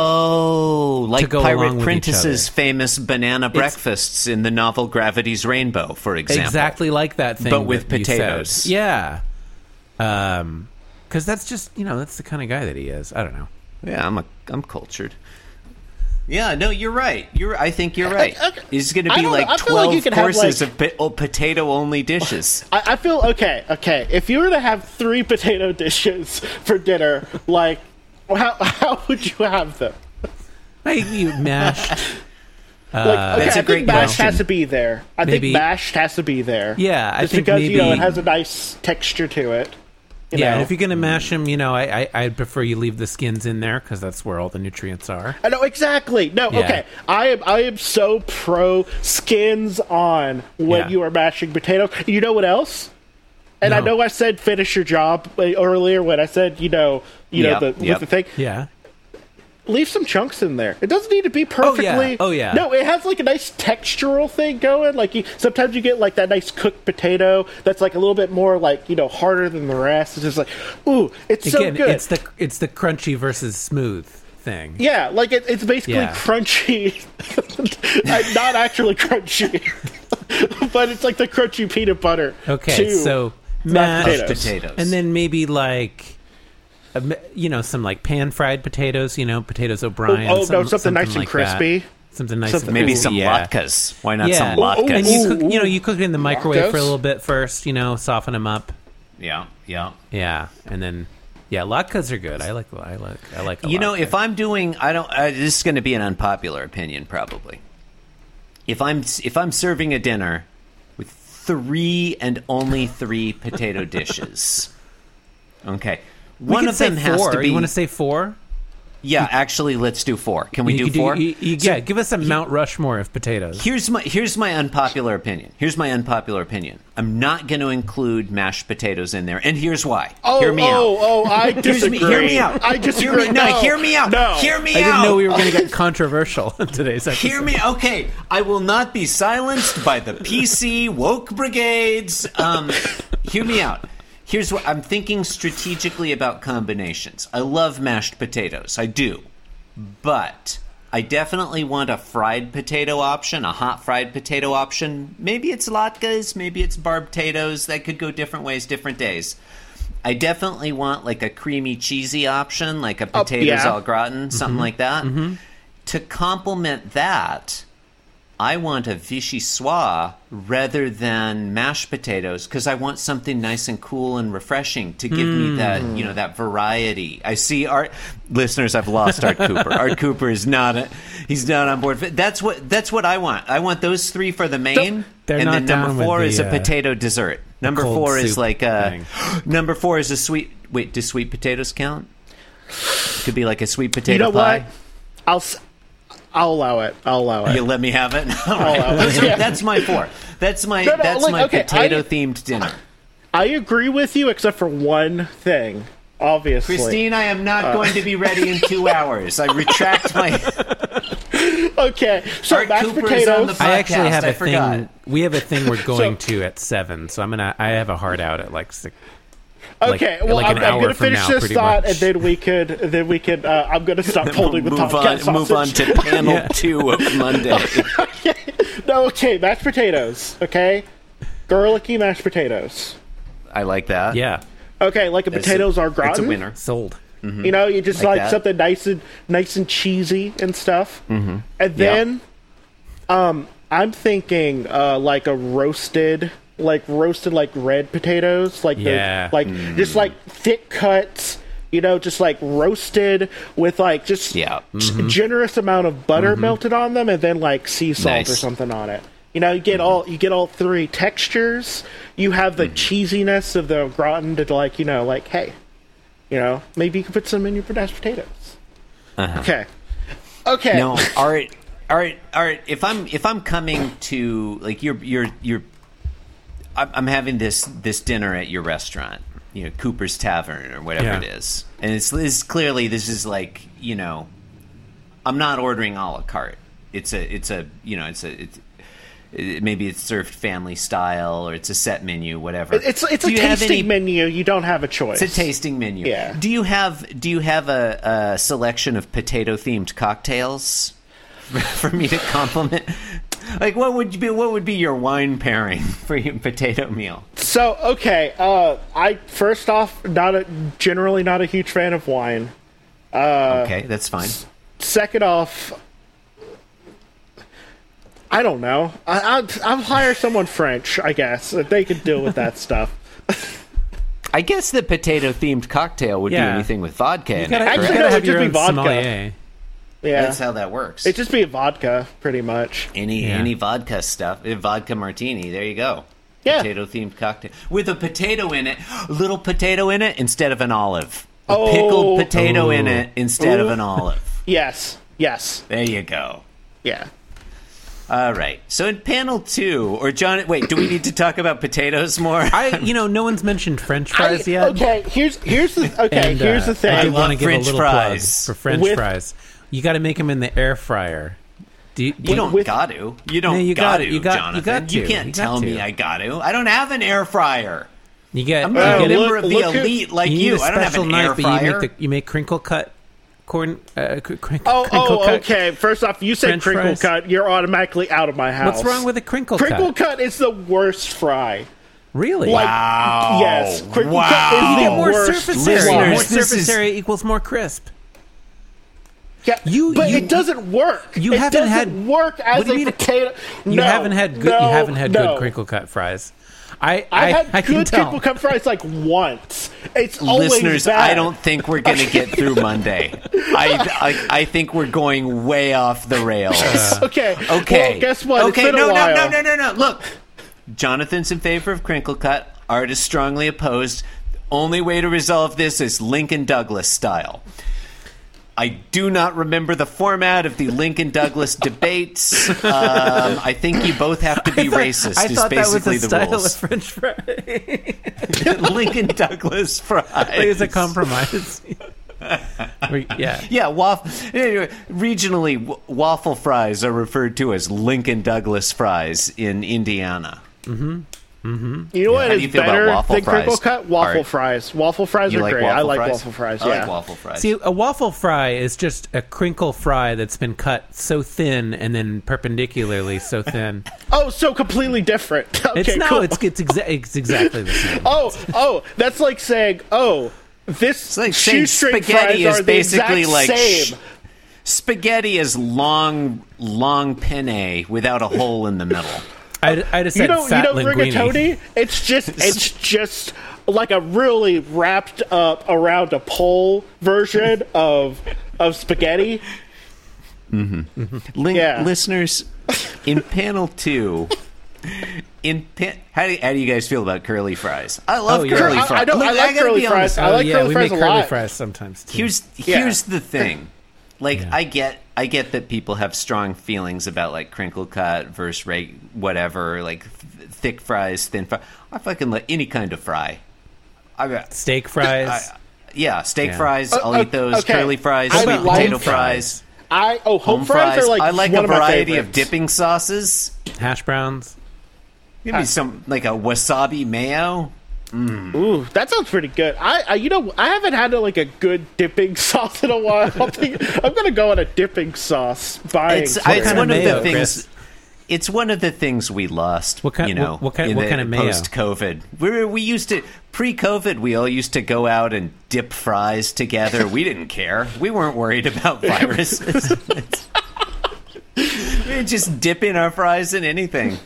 [SPEAKER 3] Oh, like
[SPEAKER 1] go along
[SPEAKER 3] Pirate
[SPEAKER 1] with each
[SPEAKER 3] Prentice's
[SPEAKER 1] other.
[SPEAKER 3] famous banana breakfasts in the novel Gravity's Rainbow, for example.
[SPEAKER 1] exactly like that thing,
[SPEAKER 3] But with
[SPEAKER 1] that you said.
[SPEAKER 3] potatoes.
[SPEAKER 1] Yeah, um, because that's just you know that's the kind of guy that he is. I don't know.
[SPEAKER 3] Yeah, I'm a I'm cultured. Yeah, no, you're right. You're I think you're right.
[SPEAKER 2] I- I-
[SPEAKER 3] it's going to
[SPEAKER 2] I
[SPEAKER 3] be
[SPEAKER 2] don't
[SPEAKER 3] like
[SPEAKER 2] know. I feel like
[SPEAKER 3] 12
[SPEAKER 2] you could have,
[SPEAKER 3] courses
[SPEAKER 2] like-
[SPEAKER 3] of po- oh, potato only dishes.
[SPEAKER 2] I, I feel okay. Okay, if you were to have three potato dishes for dinner, like how how would you have them?
[SPEAKER 1] Like you mashed. Uh,
[SPEAKER 2] Like, okay,
[SPEAKER 3] That's a
[SPEAKER 2] I
[SPEAKER 3] great
[SPEAKER 2] think mashed
[SPEAKER 3] question.
[SPEAKER 2] has to be there. I
[SPEAKER 1] Maybe-
[SPEAKER 2] think mashed has to be there.
[SPEAKER 1] Yeah, I
[SPEAKER 2] just
[SPEAKER 1] think
[SPEAKER 2] because you know it
[SPEAKER 1] maybe-
[SPEAKER 2] has a nice texture to it. You
[SPEAKER 1] Yeah,
[SPEAKER 2] know?
[SPEAKER 1] and if you're gonna mash them, you know, I, I I'd prefer you leave the skins in there because that's where all the nutrients are.
[SPEAKER 2] I know exactly. No,
[SPEAKER 1] Yeah.
[SPEAKER 2] okay. I am I am so pro skins on when
[SPEAKER 1] Yeah.
[SPEAKER 2] you are mashing potatoes. You know what else? And I
[SPEAKER 1] No.
[SPEAKER 2] know I said finish your job uh, earlier when I said you know you
[SPEAKER 3] Yep,
[SPEAKER 2] know the
[SPEAKER 3] yep.
[SPEAKER 2] with the thing.
[SPEAKER 1] Yeah,
[SPEAKER 2] leave some chunks in there. It doesn't need to be perfectly.
[SPEAKER 1] yeah. Oh, yeah.
[SPEAKER 2] No, it has like a nice textural thing going. Like you, sometimes you get like that nice cooked potato that's like a little bit more like you know harder than the rest. It's just like, ooh, it's
[SPEAKER 1] again,
[SPEAKER 2] so good.
[SPEAKER 1] it's the it's the crunchy versus smooth thing.
[SPEAKER 2] yeah, like it, it's basically
[SPEAKER 1] Yeah.
[SPEAKER 2] crunchy, Uh, not actually crunchy, but it's like the crunchy peanut butter.
[SPEAKER 1] Okay,
[SPEAKER 2] to
[SPEAKER 1] so
[SPEAKER 2] mashed
[SPEAKER 1] mashed
[SPEAKER 2] potatoes.
[SPEAKER 3] potatoes.
[SPEAKER 1] and then maybe like. a m- You know, some like pan fried potatoes. You know, potatoes O'Brien.
[SPEAKER 2] Oh, oh, no,
[SPEAKER 1] some-
[SPEAKER 2] something nice and
[SPEAKER 1] like that.
[SPEAKER 2] crispy.
[SPEAKER 1] Something nice
[SPEAKER 2] Something-
[SPEAKER 1] and
[SPEAKER 3] Maybe
[SPEAKER 2] Ooh,
[SPEAKER 3] some
[SPEAKER 1] yeah.
[SPEAKER 3] latkes. Why not
[SPEAKER 1] Yeah,
[SPEAKER 3] some latkes?
[SPEAKER 1] and you cook, you know,
[SPEAKER 2] Ooh,
[SPEAKER 1] you cook it in the microwave for
[SPEAKER 2] latkes?
[SPEAKER 1] a little bit first. You know, soften them up.
[SPEAKER 3] yeah, yeah.
[SPEAKER 1] Yeah, and then yeah, latkes are good. I like I like I like. A
[SPEAKER 3] You know,
[SPEAKER 1] latke.
[SPEAKER 3] if I'm doing, I don't. Uh, this is going to be an unpopular opinion, probably. If I'm if I'm serving a dinner with three and only three potato dishes, okay,
[SPEAKER 1] We
[SPEAKER 3] one
[SPEAKER 1] could
[SPEAKER 3] of
[SPEAKER 1] say
[SPEAKER 3] them has
[SPEAKER 1] four.
[SPEAKER 3] to be.
[SPEAKER 1] You want to say four?
[SPEAKER 3] yeah, actually, let's do four. Can we
[SPEAKER 1] You
[SPEAKER 3] do
[SPEAKER 1] could e,
[SPEAKER 3] four?
[SPEAKER 1] you- you- yeah, give us a Mount Rushmore of potatoes.
[SPEAKER 3] Here's my here's my unpopular opinion. Here's my unpopular opinion. I'm not going to include mashed potatoes in there, and here's why.
[SPEAKER 2] Oh,
[SPEAKER 3] hear me
[SPEAKER 2] oh,
[SPEAKER 3] out.
[SPEAKER 2] oh, I
[SPEAKER 3] Here's me-
[SPEAKER 2] disagree.
[SPEAKER 3] hear me out.
[SPEAKER 2] I
[SPEAKER 3] Hear
[SPEAKER 2] disagree.
[SPEAKER 3] me, no, hear me out.
[SPEAKER 2] No.
[SPEAKER 3] Hear me
[SPEAKER 1] I
[SPEAKER 3] out.
[SPEAKER 1] didn't know we were going to get controversial in today's episode.
[SPEAKER 3] Hear me, okay. I will not be silenced by the PC woke brigades. Um, hear me out. Here's what I'm thinking strategically about combinations. I love mashed potatoes, I do, but I definitely want a fried potato option, a hot fried potato option. Maybe it's latkes, maybe it's barb potatoes. That could go different ways, different days. I definitely want like a creamy cheesy option, like a potatoes
[SPEAKER 2] yeah.
[SPEAKER 3] au gratin, something like that. To complement that, I want a vichyssoise rather than mashed potatoes because I want something nice and cool and refreshing to give
[SPEAKER 1] Hmm.
[SPEAKER 3] me that you know that variety. I see Art listeners. I've lost Art Cooper. Art Cooper is not a, he's not on board. That's what that's what I want. I want those three for the main,
[SPEAKER 1] They're
[SPEAKER 3] and
[SPEAKER 1] not
[SPEAKER 3] then
[SPEAKER 1] down
[SPEAKER 3] number
[SPEAKER 1] with
[SPEAKER 3] four
[SPEAKER 1] the,
[SPEAKER 3] is a
[SPEAKER 1] uh,
[SPEAKER 3] potato dessert. Number
[SPEAKER 1] cold
[SPEAKER 3] four is
[SPEAKER 1] soup
[SPEAKER 3] like a
[SPEAKER 1] thing.
[SPEAKER 3] number four is a sweet. Wait, do sweet potatoes count? Could be like a sweet potato
[SPEAKER 2] You know
[SPEAKER 3] pie.
[SPEAKER 2] what? I'll s- I'll allow it. I'll allow it.
[SPEAKER 3] You let me have it. All right.
[SPEAKER 2] allow it.
[SPEAKER 3] Those are-
[SPEAKER 2] Yeah.
[SPEAKER 3] That's my four. That's my
[SPEAKER 2] No, no,
[SPEAKER 3] that's
[SPEAKER 2] like,
[SPEAKER 3] my
[SPEAKER 2] okay, I-
[SPEAKER 3] potato themed dinner.
[SPEAKER 2] I agree with you, except for one thing. Obviously,
[SPEAKER 3] Uh, Christine, I am not going to be ready in two hours. I retract my.
[SPEAKER 2] okay, so
[SPEAKER 3] Art
[SPEAKER 2] mashed
[SPEAKER 3] Cooper is on
[SPEAKER 2] potatoes.
[SPEAKER 3] the podcast.
[SPEAKER 1] I actually have
[SPEAKER 3] I
[SPEAKER 1] a
[SPEAKER 3] forgot.
[SPEAKER 1] thing. We have a thing we're going to at seven, so I'm gonna. I have a hard out at like six. like-
[SPEAKER 2] okay, well,
[SPEAKER 1] like
[SPEAKER 2] I'm,
[SPEAKER 1] an
[SPEAKER 2] I'm
[SPEAKER 1] hour
[SPEAKER 2] gonna
[SPEAKER 1] from
[SPEAKER 2] finish
[SPEAKER 1] now,
[SPEAKER 2] this
[SPEAKER 1] pretty
[SPEAKER 2] thought,
[SPEAKER 1] much.
[SPEAKER 2] and then we could, then we could. Uh, I'm gonna stop holding the
[SPEAKER 3] move on,
[SPEAKER 2] podcast
[SPEAKER 3] move on
[SPEAKER 2] hostage.
[SPEAKER 3] to panel two of Monday.
[SPEAKER 2] no, okay, mashed potatoes. Okay, garlicky mashed potatoes.
[SPEAKER 3] I like that.
[SPEAKER 1] Yeah,
[SPEAKER 2] Okay, like a
[SPEAKER 3] It's a-
[SPEAKER 2] potatoes are
[SPEAKER 3] It's a
[SPEAKER 2] gratin.
[SPEAKER 3] winner.
[SPEAKER 1] sold.
[SPEAKER 2] You know, you just
[SPEAKER 3] Like
[SPEAKER 2] like,
[SPEAKER 3] that.
[SPEAKER 2] something nice and nice and cheesy and stuff. Mm-hmm. And then, um, I'm thinking uh, like a roasted, like roasted, like red potatoes, like
[SPEAKER 1] Yeah.
[SPEAKER 2] the, like just
[SPEAKER 3] Mm.
[SPEAKER 2] like thick cuts. You know, just like roasted with like just
[SPEAKER 3] Yeah. Mm-hmm.
[SPEAKER 2] g- generous amount of butter melted on them, and then like sea salt or
[SPEAKER 3] Nice.
[SPEAKER 2] something on it. You know, you get all you get all three textures. You have
[SPEAKER 3] Mm-hmm.
[SPEAKER 2] the cheesiness of the gratin to like you know like hey, you know, maybe you could put some in your mashed potatoes.
[SPEAKER 3] Uh-huh.
[SPEAKER 2] Okay. Okay.
[SPEAKER 3] No, art, art, art. If I'm if I'm coming to like you're you're you're, I'm, I'm having this this dinner at your restaurant, you know, Cooper's Tavern or whatever
[SPEAKER 1] Yeah.
[SPEAKER 3] it is, and it's, it's clearly this is like you know, I'm not ordering a la carte. It's a it's a you know it's a it's, it, maybe it's served family style or it's a set menu, whatever.
[SPEAKER 2] It's it's
[SPEAKER 3] Do
[SPEAKER 2] a
[SPEAKER 3] you have
[SPEAKER 2] tasting
[SPEAKER 3] any-
[SPEAKER 2] menu. You don't have a choice.
[SPEAKER 3] It's a tasting menu.
[SPEAKER 2] Yeah.
[SPEAKER 3] Do you have Do you have a, a selection of potato themed cocktails for me to compliment? Like, what would be What would be your wine pairing for your potato meal?
[SPEAKER 2] So okay, uh, I first off not a generally not a huge fan of wine.
[SPEAKER 3] okay, that's fine.
[SPEAKER 2] Second off, I don't know. I, I'll, I'll hire someone French, I guess, if they could deal with that stuff.
[SPEAKER 3] I guess the potato themed cocktail would
[SPEAKER 1] Yeah.
[SPEAKER 3] be anything with vodka. in
[SPEAKER 1] You gotta,
[SPEAKER 3] it,
[SPEAKER 1] you
[SPEAKER 2] Actually,
[SPEAKER 3] correct?
[SPEAKER 1] gotta
[SPEAKER 2] no,
[SPEAKER 1] have
[SPEAKER 2] it'd
[SPEAKER 1] your own
[SPEAKER 2] just be vodka.
[SPEAKER 1] sommelier.
[SPEAKER 2] Yeah,
[SPEAKER 3] that's how that works.
[SPEAKER 2] it'd just be a vodka, pretty much.
[SPEAKER 3] any
[SPEAKER 1] Yeah.
[SPEAKER 3] any vodka stuff, eh, vodka martini. There you go.
[SPEAKER 2] Yeah.
[SPEAKER 3] Potato themed cocktail with a potato in it, little potato in it instead of an olive. A
[SPEAKER 2] Oh.
[SPEAKER 3] pickled potato in
[SPEAKER 1] Ooh.
[SPEAKER 3] it instead of
[SPEAKER 2] Ooh.
[SPEAKER 3] an olive.
[SPEAKER 2] Yes, yes,
[SPEAKER 3] There you go.
[SPEAKER 2] yeah.
[SPEAKER 3] All right. So in panel two, or John, wait, do we need to talk about potatoes more?
[SPEAKER 1] I, you know, no one's mentioned French
[SPEAKER 2] I,
[SPEAKER 1] fries yet.
[SPEAKER 2] okay, here's here's the okay
[SPEAKER 1] And, uh,
[SPEAKER 2] here's the thing.
[SPEAKER 1] I did
[SPEAKER 3] love
[SPEAKER 1] want to give a
[SPEAKER 3] French
[SPEAKER 1] little
[SPEAKER 3] fries.
[SPEAKER 1] plug for French
[SPEAKER 2] With-
[SPEAKER 1] fries. You got to make them in the air fryer. Do you,
[SPEAKER 3] you don't
[SPEAKER 2] with-
[SPEAKER 3] got to. You don't
[SPEAKER 1] No, you
[SPEAKER 3] got
[SPEAKER 1] got-
[SPEAKER 3] to,
[SPEAKER 1] you got- you
[SPEAKER 3] Jonathan.
[SPEAKER 1] got to.
[SPEAKER 3] can't
[SPEAKER 1] You got
[SPEAKER 3] tell me
[SPEAKER 1] to.
[SPEAKER 3] I got to. I don't have an air fryer.
[SPEAKER 1] You get.
[SPEAKER 3] I'm
[SPEAKER 1] you
[SPEAKER 3] not a
[SPEAKER 1] get it-
[SPEAKER 3] member of the
[SPEAKER 2] look who-
[SPEAKER 3] elite like
[SPEAKER 1] you need
[SPEAKER 3] you.
[SPEAKER 1] a
[SPEAKER 3] I don't have
[SPEAKER 1] special
[SPEAKER 3] an air
[SPEAKER 1] knife, but
[SPEAKER 3] fryer.
[SPEAKER 1] you make the, you make crinkle cut corn. Uh, cr- cr-
[SPEAKER 2] Oh,
[SPEAKER 1] crinkle
[SPEAKER 2] oh,
[SPEAKER 1] cut.
[SPEAKER 2] okay. First off, you say
[SPEAKER 1] French
[SPEAKER 2] crinkle
[SPEAKER 1] fries.
[SPEAKER 2] cut, you're automatically out of my house.
[SPEAKER 1] What's wrong with a crinkle,
[SPEAKER 2] crinkle
[SPEAKER 1] cut?
[SPEAKER 2] cut? Is the worst fry.
[SPEAKER 1] Really?
[SPEAKER 2] Like,
[SPEAKER 3] Wow.
[SPEAKER 2] Yes, crinkle
[SPEAKER 3] Wow.
[SPEAKER 2] cut is
[SPEAKER 3] You
[SPEAKER 2] the
[SPEAKER 3] need
[SPEAKER 1] more
[SPEAKER 2] worst.
[SPEAKER 1] surface
[SPEAKER 2] fry.
[SPEAKER 1] area.
[SPEAKER 3] Listeners,
[SPEAKER 1] More
[SPEAKER 3] this
[SPEAKER 1] surface
[SPEAKER 3] is-
[SPEAKER 1] area equals more crisp.
[SPEAKER 2] Yeah,
[SPEAKER 1] You-
[SPEAKER 2] but
[SPEAKER 1] you-
[SPEAKER 2] it doesn't work.
[SPEAKER 1] you
[SPEAKER 2] it
[SPEAKER 1] haven't
[SPEAKER 2] doesn't
[SPEAKER 1] had-
[SPEAKER 2] work as
[SPEAKER 1] What do
[SPEAKER 2] a
[SPEAKER 1] you mean?
[SPEAKER 2] potato.
[SPEAKER 1] You
[SPEAKER 2] No,
[SPEAKER 1] haven't had good.
[SPEAKER 2] no,
[SPEAKER 1] you haven't had
[SPEAKER 2] no.
[SPEAKER 1] good crinkle cut fries. I I,
[SPEAKER 2] I've had
[SPEAKER 1] I can
[SPEAKER 2] good
[SPEAKER 1] tell.
[SPEAKER 2] crinkle cut fries like once. It's always
[SPEAKER 3] Listeners,
[SPEAKER 2] bad.
[SPEAKER 3] I don't think we're going to get through Monday. I, I I think we're going way off the rails.
[SPEAKER 2] Okay.
[SPEAKER 3] Uh, Okay.
[SPEAKER 2] Well, guess what?
[SPEAKER 3] Okay.
[SPEAKER 2] it's been
[SPEAKER 3] no,
[SPEAKER 2] a while.
[SPEAKER 3] no, no, no, no, no. Look, Jonathan's in favor of crinkle cut. Art is strongly opposed. Only way to resolve this is Lincoln Douglas style. I do not remember the format of the Lincoln Douglas debates. Um, I think you both have to be
[SPEAKER 1] I thought-
[SPEAKER 3] racist.
[SPEAKER 1] I
[SPEAKER 3] is
[SPEAKER 1] thought that was
[SPEAKER 3] basically
[SPEAKER 1] the
[SPEAKER 3] the
[SPEAKER 1] style
[SPEAKER 3] rules.
[SPEAKER 1] of French fries.
[SPEAKER 3] Lincoln Douglas fries.
[SPEAKER 1] It was a compromise. We- yeah.
[SPEAKER 3] Yeah, waffle. Anyway, regionally, w- waffle fries are referred to as Lincoln Douglas fries in Indiana.
[SPEAKER 2] You know what
[SPEAKER 3] How
[SPEAKER 2] is
[SPEAKER 3] do you feel about
[SPEAKER 2] better
[SPEAKER 3] waffle
[SPEAKER 2] than crinkle
[SPEAKER 3] fries?
[SPEAKER 2] cut? Waffle
[SPEAKER 3] Art.
[SPEAKER 2] fries. Waffle fries
[SPEAKER 3] You
[SPEAKER 2] are
[SPEAKER 3] like
[SPEAKER 2] great.
[SPEAKER 3] waffle
[SPEAKER 2] I like
[SPEAKER 3] fries?
[SPEAKER 2] waffle fries.
[SPEAKER 3] I
[SPEAKER 2] yeah.
[SPEAKER 3] like waffle fries.
[SPEAKER 1] See, a waffle fry is just a crinkle fry that's been cut so thin and then perpendicularly so thin.
[SPEAKER 2] Oh, so completely different. okay,
[SPEAKER 1] It's no,
[SPEAKER 2] cool.
[SPEAKER 1] it's it's, exa- it's exactly the same.
[SPEAKER 2] oh, oh, that's like saying, oh, this
[SPEAKER 3] like saying
[SPEAKER 2] shoestring
[SPEAKER 3] spaghetti
[SPEAKER 2] fries
[SPEAKER 3] is
[SPEAKER 2] are
[SPEAKER 3] basically
[SPEAKER 2] the exact
[SPEAKER 3] like sh-
[SPEAKER 2] same.
[SPEAKER 3] Spaghetti is long, long penne without a hole in the middle.
[SPEAKER 1] I, I just
[SPEAKER 2] Oh,
[SPEAKER 1] said
[SPEAKER 2] you know, you
[SPEAKER 1] fat
[SPEAKER 2] know,
[SPEAKER 1] linguine.
[SPEAKER 2] rigatoni. It's just, it's just like a really wrapped up around a pole version of of spaghetti.
[SPEAKER 3] Link,
[SPEAKER 2] Yeah.
[SPEAKER 3] Listeners, in panel two, in pan- how, do, how do you guys feel about curly fries? I love
[SPEAKER 1] Oh, yeah.
[SPEAKER 3] curly
[SPEAKER 2] I- I
[SPEAKER 3] fries.
[SPEAKER 2] don't- I like
[SPEAKER 3] gotta
[SPEAKER 2] curly
[SPEAKER 3] be honest.
[SPEAKER 2] fries. I
[SPEAKER 1] Oh,
[SPEAKER 2] like
[SPEAKER 1] yeah,
[SPEAKER 2] curly
[SPEAKER 1] we
[SPEAKER 2] fries
[SPEAKER 1] make
[SPEAKER 2] a
[SPEAKER 1] curly
[SPEAKER 2] lot.
[SPEAKER 1] fries sometimes too.
[SPEAKER 3] Here's
[SPEAKER 2] Yeah.
[SPEAKER 3] here's the thing. Like I get I get that people have strong feelings about like crinkle cut versus reg- whatever, like th- thick fries, thin fry. I fucking like any kind of fry. I got
[SPEAKER 1] steak fries.
[SPEAKER 3] yeah, steak
[SPEAKER 1] Yeah.
[SPEAKER 3] fries. I'll
[SPEAKER 2] Uh,
[SPEAKER 3] eat those.
[SPEAKER 2] okay.
[SPEAKER 3] Curly fries,
[SPEAKER 2] I
[SPEAKER 3] sweet
[SPEAKER 2] like-
[SPEAKER 3] potato fries.
[SPEAKER 2] I oh home, fries, are like
[SPEAKER 3] I like
[SPEAKER 2] one
[SPEAKER 3] a
[SPEAKER 2] of my
[SPEAKER 3] variety of
[SPEAKER 2] favorites.
[SPEAKER 3] dipping sauces.
[SPEAKER 1] Hash browns.
[SPEAKER 2] Ah.
[SPEAKER 3] Maybe some like a wasabi mayo.
[SPEAKER 2] Ooh, that sounds pretty good. I, I you know I haven't had like a good dipping sauce in a while. I think I'm gonna go on a dipping sauce buying.
[SPEAKER 3] It's,
[SPEAKER 2] trip.
[SPEAKER 3] it's
[SPEAKER 1] kind of
[SPEAKER 3] one of,
[SPEAKER 1] mayo,
[SPEAKER 3] the things.
[SPEAKER 1] Chris?
[SPEAKER 3] It's one of the things we lost.
[SPEAKER 1] What kind-
[SPEAKER 3] You know,
[SPEAKER 1] what- what kind-
[SPEAKER 3] in
[SPEAKER 1] what
[SPEAKER 3] the
[SPEAKER 1] kind of mayo?
[SPEAKER 3] Post COVID, we we used to pre COVID. We all used to go out and dip fries together. We didn't care. We weren't worried about viruses. we just dipping our fries in anything.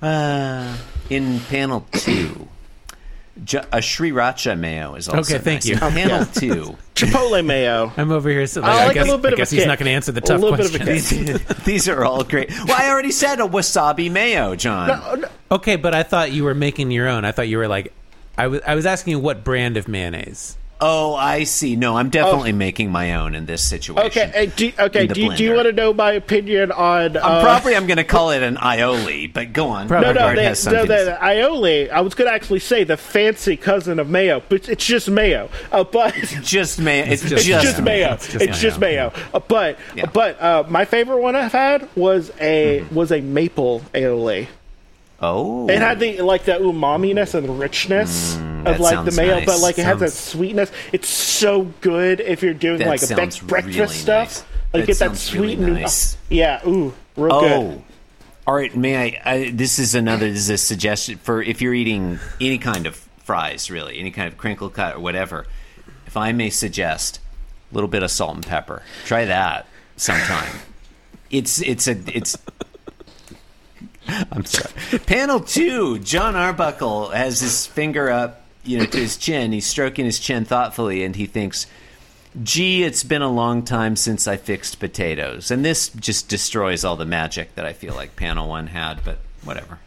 [SPEAKER 3] Uh, in panel two, ju- a sriracha mayo is also
[SPEAKER 1] Okay, thank
[SPEAKER 3] nice.
[SPEAKER 1] you.
[SPEAKER 3] In panel two.
[SPEAKER 2] Chipotle mayo.
[SPEAKER 1] I'm over here. So,
[SPEAKER 2] I like
[SPEAKER 1] I guess,
[SPEAKER 2] a little bit
[SPEAKER 1] I
[SPEAKER 2] of a
[SPEAKER 1] guess he's
[SPEAKER 2] kick.
[SPEAKER 1] not going to answer the
[SPEAKER 2] A
[SPEAKER 1] tough
[SPEAKER 2] little bit of a
[SPEAKER 1] question.
[SPEAKER 3] These are all great. Well, I already said a wasabi mayo, John.
[SPEAKER 1] okay, but I thought you were making your own. I thought you were like, I was. I was asking you what brand of mayonnaise.
[SPEAKER 3] Oh, I see. No, I'm definitely making my own in this situation.
[SPEAKER 2] Oh. Okay, hey, do, okay.
[SPEAKER 3] In the
[SPEAKER 2] Do you, do you
[SPEAKER 3] blender.
[SPEAKER 2] want to know my opinion on?
[SPEAKER 3] I'm
[SPEAKER 2] uh,
[SPEAKER 3] probably I'm going to call it an aioli, but go on.
[SPEAKER 1] Probably.
[SPEAKER 2] no, no,
[SPEAKER 3] Bart
[SPEAKER 2] they,
[SPEAKER 3] has
[SPEAKER 2] no,
[SPEAKER 3] something to
[SPEAKER 2] they,
[SPEAKER 3] say.
[SPEAKER 2] aioli. I was gonna actually say the fancy cousin of mayo, but it's just mayo. Uh, but
[SPEAKER 3] Just mayo. It's,
[SPEAKER 1] just-
[SPEAKER 2] It's
[SPEAKER 3] just,
[SPEAKER 2] just mayo.
[SPEAKER 1] It's
[SPEAKER 2] It's
[SPEAKER 1] just
[SPEAKER 2] just,
[SPEAKER 1] mayo.
[SPEAKER 2] mayo. Uh, but
[SPEAKER 3] Yeah. Mm-hmm.
[SPEAKER 2] but uh, my favorite one I've had was a was a maple aioli.
[SPEAKER 3] Oh,
[SPEAKER 2] It had the like the umaminess and richness
[SPEAKER 3] Mm, that
[SPEAKER 2] of like the
[SPEAKER 3] sounds
[SPEAKER 2] mayo,
[SPEAKER 3] nice.
[SPEAKER 2] but like it has that
[SPEAKER 1] Sounds-
[SPEAKER 2] sweetness. It's so good if you're doing
[SPEAKER 3] That
[SPEAKER 2] like a
[SPEAKER 3] sounds
[SPEAKER 2] bre- breakfast
[SPEAKER 3] really nice.
[SPEAKER 2] stuff. Like
[SPEAKER 3] That
[SPEAKER 2] get that
[SPEAKER 3] sounds really
[SPEAKER 2] sweet and-
[SPEAKER 3] nice.
[SPEAKER 2] Yeah, ooh, real
[SPEAKER 3] oh.
[SPEAKER 2] good.
[SPEAKER 3] All right, may I, I? This is another. This is a suggestion for if you're eating any kind of fries, really, any kind of crinkle cut or whatever. If I may suggest, a little bit of salt and pepper. Try that sometime. it's it's a it's I'm sorry. Panel two, John Arbuckle has his finger up, you know, to his chin. He's stroking his chin thoughtfully, and he thinks, "Gee, it's been a long time since I fixed potatoes." And this just destroys all the magic that I feel like panel one had. But whatever.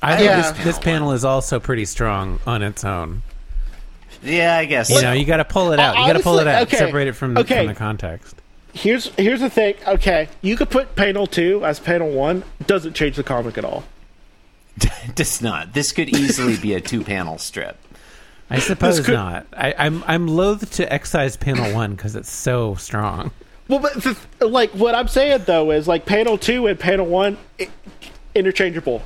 [SPEAKER 1] I uh, think
[SPEAKER 2] Yeah.
[SPEAKER 1] this, this panel is also pretty strong on its own.
[SPEAKER 3] Yeah, I guess.
[SPEAKER 1] You know, you got to pull it out. You got to pull it
[SPEAKER 2] Honestly,
[SPEAKER 1] out.
[SPEAKER 2] okay.
[SPEAKER 1] Separate it from the,
[SPEAKER 2] Okay.
[SPEAKER 1] from the context.
[SPEAKER 2] Here's here's the thing. Okay, you could put panel two as panel one. Doesn't change the comic at all.
[SPEAKER 3] it does not. This could easily be a two-panel strip.
[SPEAKER 1] I suppose
[SPEAKER 2] could-
[SPEAKER 1] not. I, I'm I'm loath to excise panel one because it's so strong.
[SPEAKER 2] Well, but the, like what I'm saying though is like panel two and panel one i interchangeable.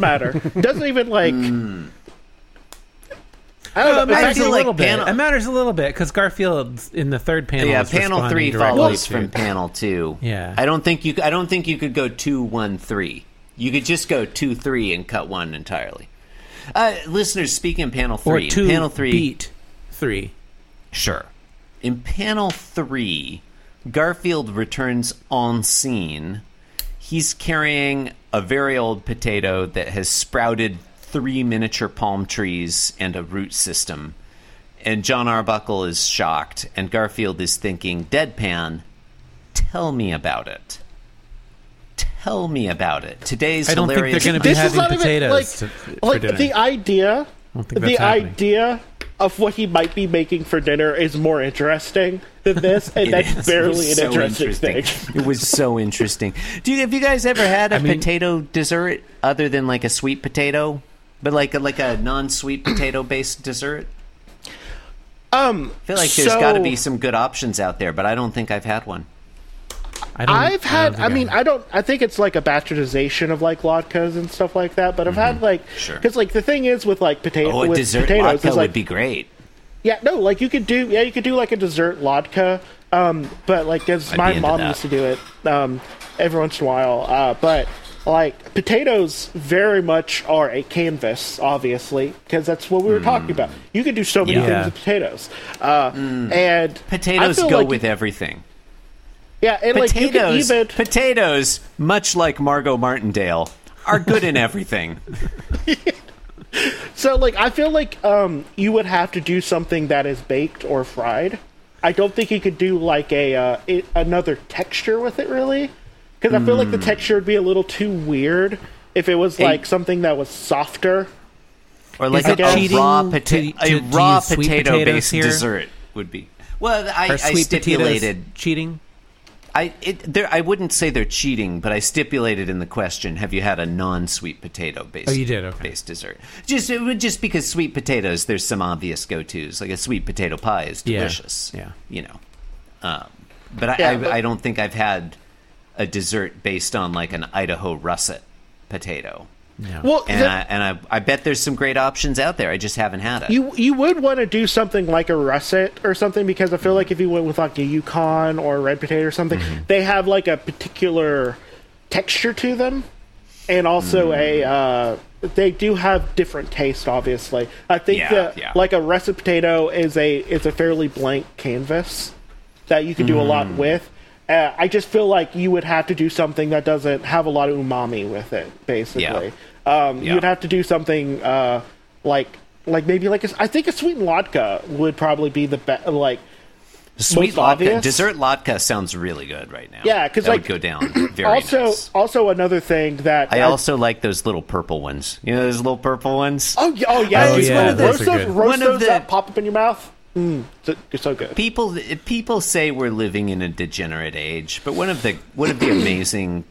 [SPEAKER 2] matter. Doesn't even like.
[SPEAKER 3] Hmm.
[SPEAKER 2] I don't know.
[SPEAKER 1] It
[SPEAKER 2] In
[SPEAKER 3] I
[SPEAKER 2] fact,
[SPEAKER 1] matters
[SPEAKER 3] feel
[SPEAKER 1] a
[SPEAKER 3] like
[SPEAKER 1] little bit.
[SPEAKER 3] panel-
[SPEAKER 1] It matters a little bit because Garfield's in the third panel.
[SPEAKER 3] yeah,
[SPEAKER 1] is
[SPEAKER 3] panel
[SPEAKER 1] responding
[SPEAKER 3] three
[SPEAKER 1] directly
[SPEAKER 3] follows
[SPEAKER 1] to-
[SPEAKER 3] from panel two.
[SPEAKER 1] Yeah.
[SPEAKER 3] I don't think you. I don't think you could go two one three. You could just go two three and cut one entirely. Uh, listeners, speaking of panel
[SPEAKER 1] or
[SPEAKER 3] three, in
[SPEAKER 1] two
[SPEAKER 3] panel three,
[SPEAKER 1] beat three.
[SPEAKER 3] sure. In panel three, Garfield returns on scene. He's carrying a very old potato that has sprouted three miniature palm trees and a root system. And John Arbuckle is shocked, and Garfield is thinking, deadpan, tell me about it. Tell me about it. Today's
[SPEAKER 1] I don't think
[SPEAKER 3] hilarious.
[SPEAKER 1] they're gonna be
[SPEAKER 2] this is
[SPEAKER 1] having
[SPEAKER 2] not even like,
[SPEAKER 1] potatoes to- for
[SPEAKER 2] like
[SPEAKER 1] dinner.
[SPEAKER 2] the idea.
[SPEAKER 1] don't think
[SPEAKER 2] The
[SPEAKER 1] that's happening.
[SPEAKER 2] idea of what he might be making for dinner is more interesting than this, and that's
[SPEAKER 3] Yes, it
[SPEAKER 2] barely an
[SPEAKER 3] was so
[SPEAKER 2] interesting, thing.
[SPEAKER 3] interesting. It was so interesting. Do you, have you guys ever had a
[SPEAKER 1] mean-
[SPEAKER 3] potato dessert other than like a sweet potato, but like a, like a non-sweet potato based dessert?
[SPEAKER 2] Um,
[SPEAKER 3] I feel like there's got to be
[SPEAKER 2] so-
[SPEAKER 3] some good options out there, but I don't think I've had one.
[SPEAKER 1] I don't,
[SPEAKER 2] I've had.
[SPEAKER 1] don't
[SPEAKER 2] I,
[SPEAKER 1] think
[SPEAKER 2] mean, I don't. I think it's like a bastardization of like latkes and stuff like that. But I've had like
[SPEAKER 3] Mm-hmm. Sure.
[SPEAKER 2] because like the thing is with like potato
[SPEAKER 3] Oh, a
[SPEAKER 2] with
[SPEAKER 3] dessert
[SPEAKER 2] potatoes
[SPEAKER 3] vodka
[SPEAKER 2] is like
[SPEAKER 3] would be great.
[SPEAKER 2] yeah no like you could do yeah you could do like a dessert latke. Um, but like as
[SPEAKER 3] I'd be
[SPEAKER 2] my
[SPEAKER 3] into
[SPEAKER 2] mom
[SPEAKER 3] that.
[SPEAKER 2] used to do it um every once in a while. Uh, but like potatoes very much are a canvas obviously because that's what we were talking
[SPEAKER 3] Mm.
[SPEAKER 2] about. You can do so many
[SPEAKER 1] Yeah.
[SPEAKER 2] things with potatoes. Uh, and I
[SPEAKER 3] Potatoes
[SPEAKER 2] feel
[SPEAKER 3] go
[SPEAKER 2] like-
[SPEAKER 3] with everything.
[SPEAKER 2] yeah and like you
[SPEAKER 3] Potatoes,
[SPEAKER 2] can even
[SPEAKER 3] potatoes, much like Margot Martindale, are good in everything.
[SPEAKER 2] So like I feel like um you would have to do something that is baked or fried. I don't think you could do like a uh, it, another texture with it really cuz I feel like the texture would be a little too weird if it was like something that was softer.
[SPEAKER 3] or like
[SPEAKER 1] Is it
[SPEAKER 3] a, a
[SPEAKER 1] cheating
[SPEAKER 3] raw
[SPEAKER 1] to-
[SPEAKER 3] potato,
[SPEAKER 1] to- to
[SPEAKER 3] a raw
[SPEAKER 1] use sweet
[SPEAKER 3] potato
[SPEAKER 1] potatoes
[SPEAKER 3] based
[SPEAKER 1] here?
[SPEAKER 3] dessert would be. Well, I, I
[SPEAKER 1] Are sweet
[SPEAKER 3] stipulated.
[SPEAKER 1] potatoes cheating.
[SPEAKER 3] I it, there, I wouldn't say they're cheating, but I stipulated in the question: Have you had a non-sweet potato based?
[SPEAKER 1] Oh, you did, okay.
[SPEAKER 3] Based dessert. Just it would- just because sweet potatoes, there's some obvious go-tos. Like a sweet potato pie is
[SPEAKER 1] Yeah,
[SPEAKER 3] delicious.
[SPEAKER 1] yeah.
[SPEAKER 3] you know. Um, But I,
[SPEAKER 2] Yeah,
[SPEAKER 3] I,
[SPEAKER 2] but-
[SPEAKER 3] I don't think I've had a dessert based on like an Idaho russet potato.
[SPEAKER 2] Well,
[SPEAKER 3] And
[SPEAKER 2] the-
[SPEAKER 3] I and I, I bet there's some great options out there. I just haven't had it.
[SPEAKER 2] you you would want to do something like a russet or something because I
[SPEAKER 3] Mm-hmm.
[SPEAKER 2] feel like if you went with like a Yukon or a red potato or something, they have like a particular texture to them, and also a
[SPEAKER 3] Mm.
[SPEAKER 2] uh, they do have different taste. Obviously, I think
[SPEAKER 3] Yeah,
[SPEAKER 2] that
[SPEAKER 3] yeah.
[SPEAKER 2] like a russet potato is a is a fairly blank canvas that you can do a lot
[SPEAKER 3] Mm.
[SPEAKER 2] with. Uh, I just feel like you would have to do something that doesn't have a lot of umami with it, basically. Um,
[SPEAKER 3] Yeah.
[SPEAKER 2] You'd have to do something uh, like like maybe like a, I think a sweet latke would probably be the best. Like
[SPEAKER 3] Sweet
[SPEAKER 2] most
[SPEAKER 3] latke,
[SPEAKER 2] obvious?
[SPEAKER 3] dessert latke sounds really good right now.
[SPEAKER 2] Yeah, 'cause,
[SPEAKER 3] that would
[SPEAKER 2] like,
[SPEAKER 3] go down very
[SPEAKER 2] also uh,
[SPEAKER 3] nice.
[SPEAKER 2] also another thing that
[SPEAKER 3] I also like those little purple ones. You know those little purple ones.
[SPEAKER 2] oh yeah, oh yeah,
[SPEAKER 3] Oh,
[SPEAKER 2] just
[SPEAKER 3] yeah,
[SPEAKER 2] roast
[SPEAKER 3] those
[SPEAKER 1] are
[SPEAKER 2] those,
[SPEAKER 1] good.
[SPEAKER 3] One
[SPEAKER 2] roast
[SPEAKER 3] of
[SPEAKER 2] those
[SPEAKER 3] the-
[SPEAKER 2] up, pop up in your mouth. Mm, so- it's so good.
[SPEAKER 3] People people say we're living in a degenerate age, but one of the one of the amazing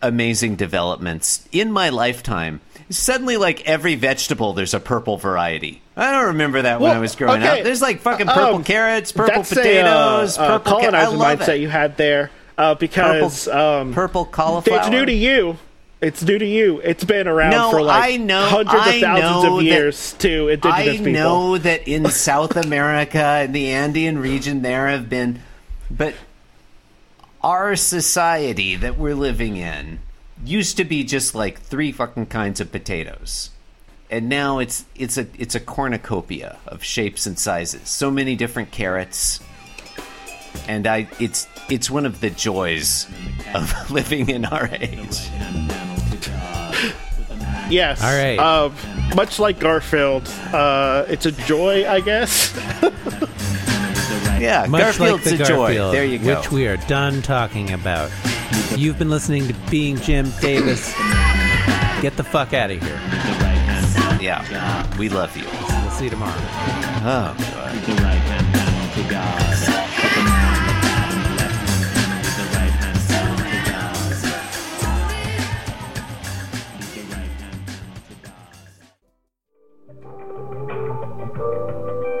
[SPEAKER 3] amazing developments in my lifetime is suddenly like every vegetable there's a purple variety. I don't remember that when
[SPEAKER 2] Well,
[SPEAKER 3] I was growing
[SPEAKER 2] okay.
[SPEAKER 3] up. There's like fucking purple
[SPEAKER 2] Um,
[SPEAKER 3] carrots, purple
[SPEAKER 2] That's a, uh,
[SPEAKER 3] potatoes,
[SPEAKER 2] uh,
[SPEAKER 3] purple ca- I
[SPEAKER 2] colonizer
[SPEAKER 3] love
[SPEAKER 2] mindset
[SPEAKER 3] it.
[SPEAKER 2] you had there uh, because
[SPEAKER 3] purple,
[SPEAKER 2] um,
[SPEAKER 3] purple cauliflower.
[SPEAKER 2] It's new to you. It's new to you. It's been around
[SPEAKER 3] No,
[SPEAKER 2] for like
[SPEAKER 3] I know-
[SPEAKER 2] hundreds
[SPEAKER 3] I
[SPEAKER 2] of thousands
[SPEAKER 3] know
[SPEAKER 2] of
[SPEAKER 3] that-
[SPEAKER 2] years to indigenous
[SPEAKER 3] I
[SPEAKER 2] people.
[SPEAKER 3] know that in South America and the Andean region there have been, but our society that we're living in used to be just like three fucking kinds of potatoes. And now it's it's a it's a cornucopia of shapes and sizes. So many different carrots. And I it's it's one of the joys of living in our age.
[SPEAKER 2] Yes.
[SPEAKER 1] All right.
[SPEAKER 2] Um, much like Garfield, uh, it's a joy, I guess.
[SPEAKER 3] Yeah,
[SPEAKER 1] Much
[SPEAKER 3] Garfield's
[SPEAKER 1] like the
[SPEAKER 3] a
[SPEAKER 1] Garfield,
[SPEAKER 3] joy. There you go.
[SPEAKER 1] which we are done talking about. You've been listening to Being Jim Davis. Get the fuck out of here.
[SPEAKER 3] yeah. We love you.
[SPEAKER 1] We'll see you tomorrow.
[SPEAKER 3] Oh god.
[SPEAKER 4] the right hand panel to God. Put the man in the bottom left hand, with the right hand panel to God. With the right hand panel to